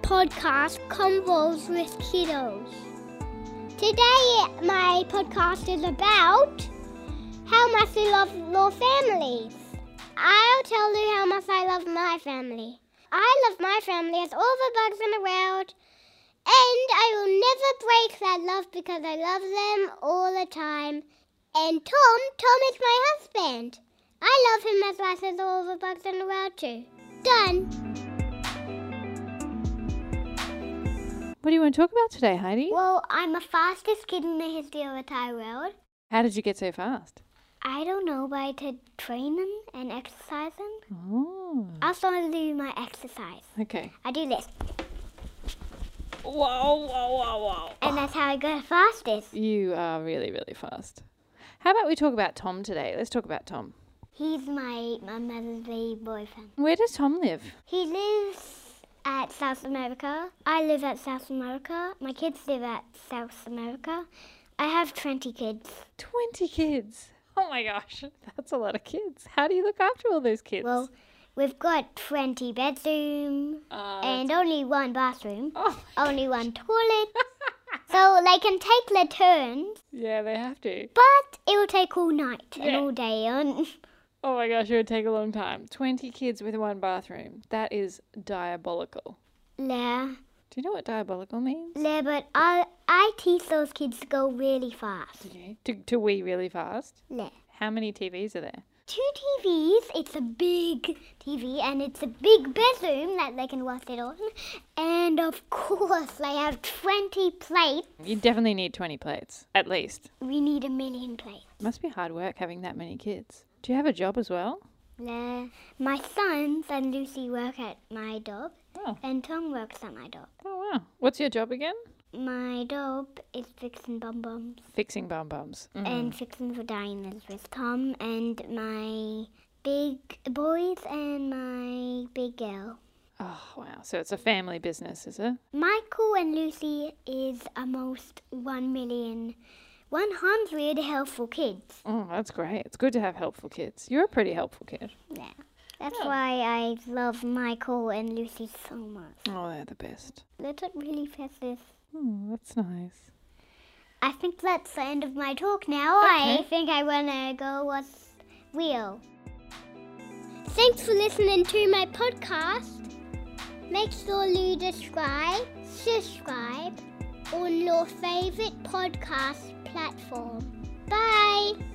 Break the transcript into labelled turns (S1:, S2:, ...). S1: podcast, Convos with Kiddos. Today, my podcast is about how much you love your families. I'll tell you how much I love my family. I love my family as all the bugs in the world, and I will never break that love because I love them all the time. And Tom, Tom is my husband. I love him as much as all the bugs in the world too. Done.
S2: What do you want to talk about today, Heidi?
S1: Well, I'm the fastest kid in the history of the Thai world.
S2: How did you get so fast?
S1: I don't know by to training and exercising.
S2: Oh,
S1: I'll start to do my exercise.
S2: okay.
S1: I do this,
S2: Wow, wow, wow, wow.
S1: and that's how I go the fastest.
S2: You are really, really fast. How about we talk about Tom today? Let's talk about Tom.
S1: He's my my mother's baby boyfriend.
S2: Where does Tom live?
S1: He lives at South America. I live at South America. My kids live at South America. I have 20 kids.
S2: 20 kids. Oh my gosh, that's a lot of kids. How do you look after all those kids?
S1: Well, we've got 20 bedroom
S2: Uh,
S1: and only one bathroom,
S2: oh,
S1: only one toilet. So they can take their turns,
S2: yeah, they have to.
S1: but it will take all night and
S2: Yeah.
S1: all day. And
S2: Oh my gosh, it would take a long time. 20 kids with one bathroom. That is diabolical.
S1: yeah,
S2: Do you know what diabolical means?
S1: yeah, but I I teach those kids to go really fast.
S2: Okay. To, to wee really fast.
S1: Yeah.
S2: How many TVs are there?
S1: Two TVs. It's a big TV and it's a big bedroom that they can watch it on. And of course, they have 20 plates.
S2: You definitely need 20 plates, at least.
S1: We need a million plates.
S2: Must be hard work having that many kids. Do you have a job as well?
S1: Yeah. My sons and Lucy work at my job,
S2: Oh,
S1: and Tom works at my job.
S2: oh wow. What's your job again?
S1: My job is fixing bum bums.
S2: Fixing bum bums. Mm.
S1: and fixing for diners with Tom and my big boys and my big girl.
S2: Oh, wow. So it's a family business, is it?
S1: Michael and Lucy is almost one million, one hundred helpful kids.
S2: Oh, that's great. It's good to have helpful kids. You're a pretty helpful kid.
S1: Yeah. That's why I love Michael and Lucy so much.
S2: Oh, they're the best.
S1: They're not really precious.
S2: Oh, that's nice.
S1: I think that's the end of my talk now. I
S2: Okay.
S1: think I wanna go what's real. Thanks for listening to my podcast. Make sure you subscribe, subscribe on your favorite podcast platform. Bye.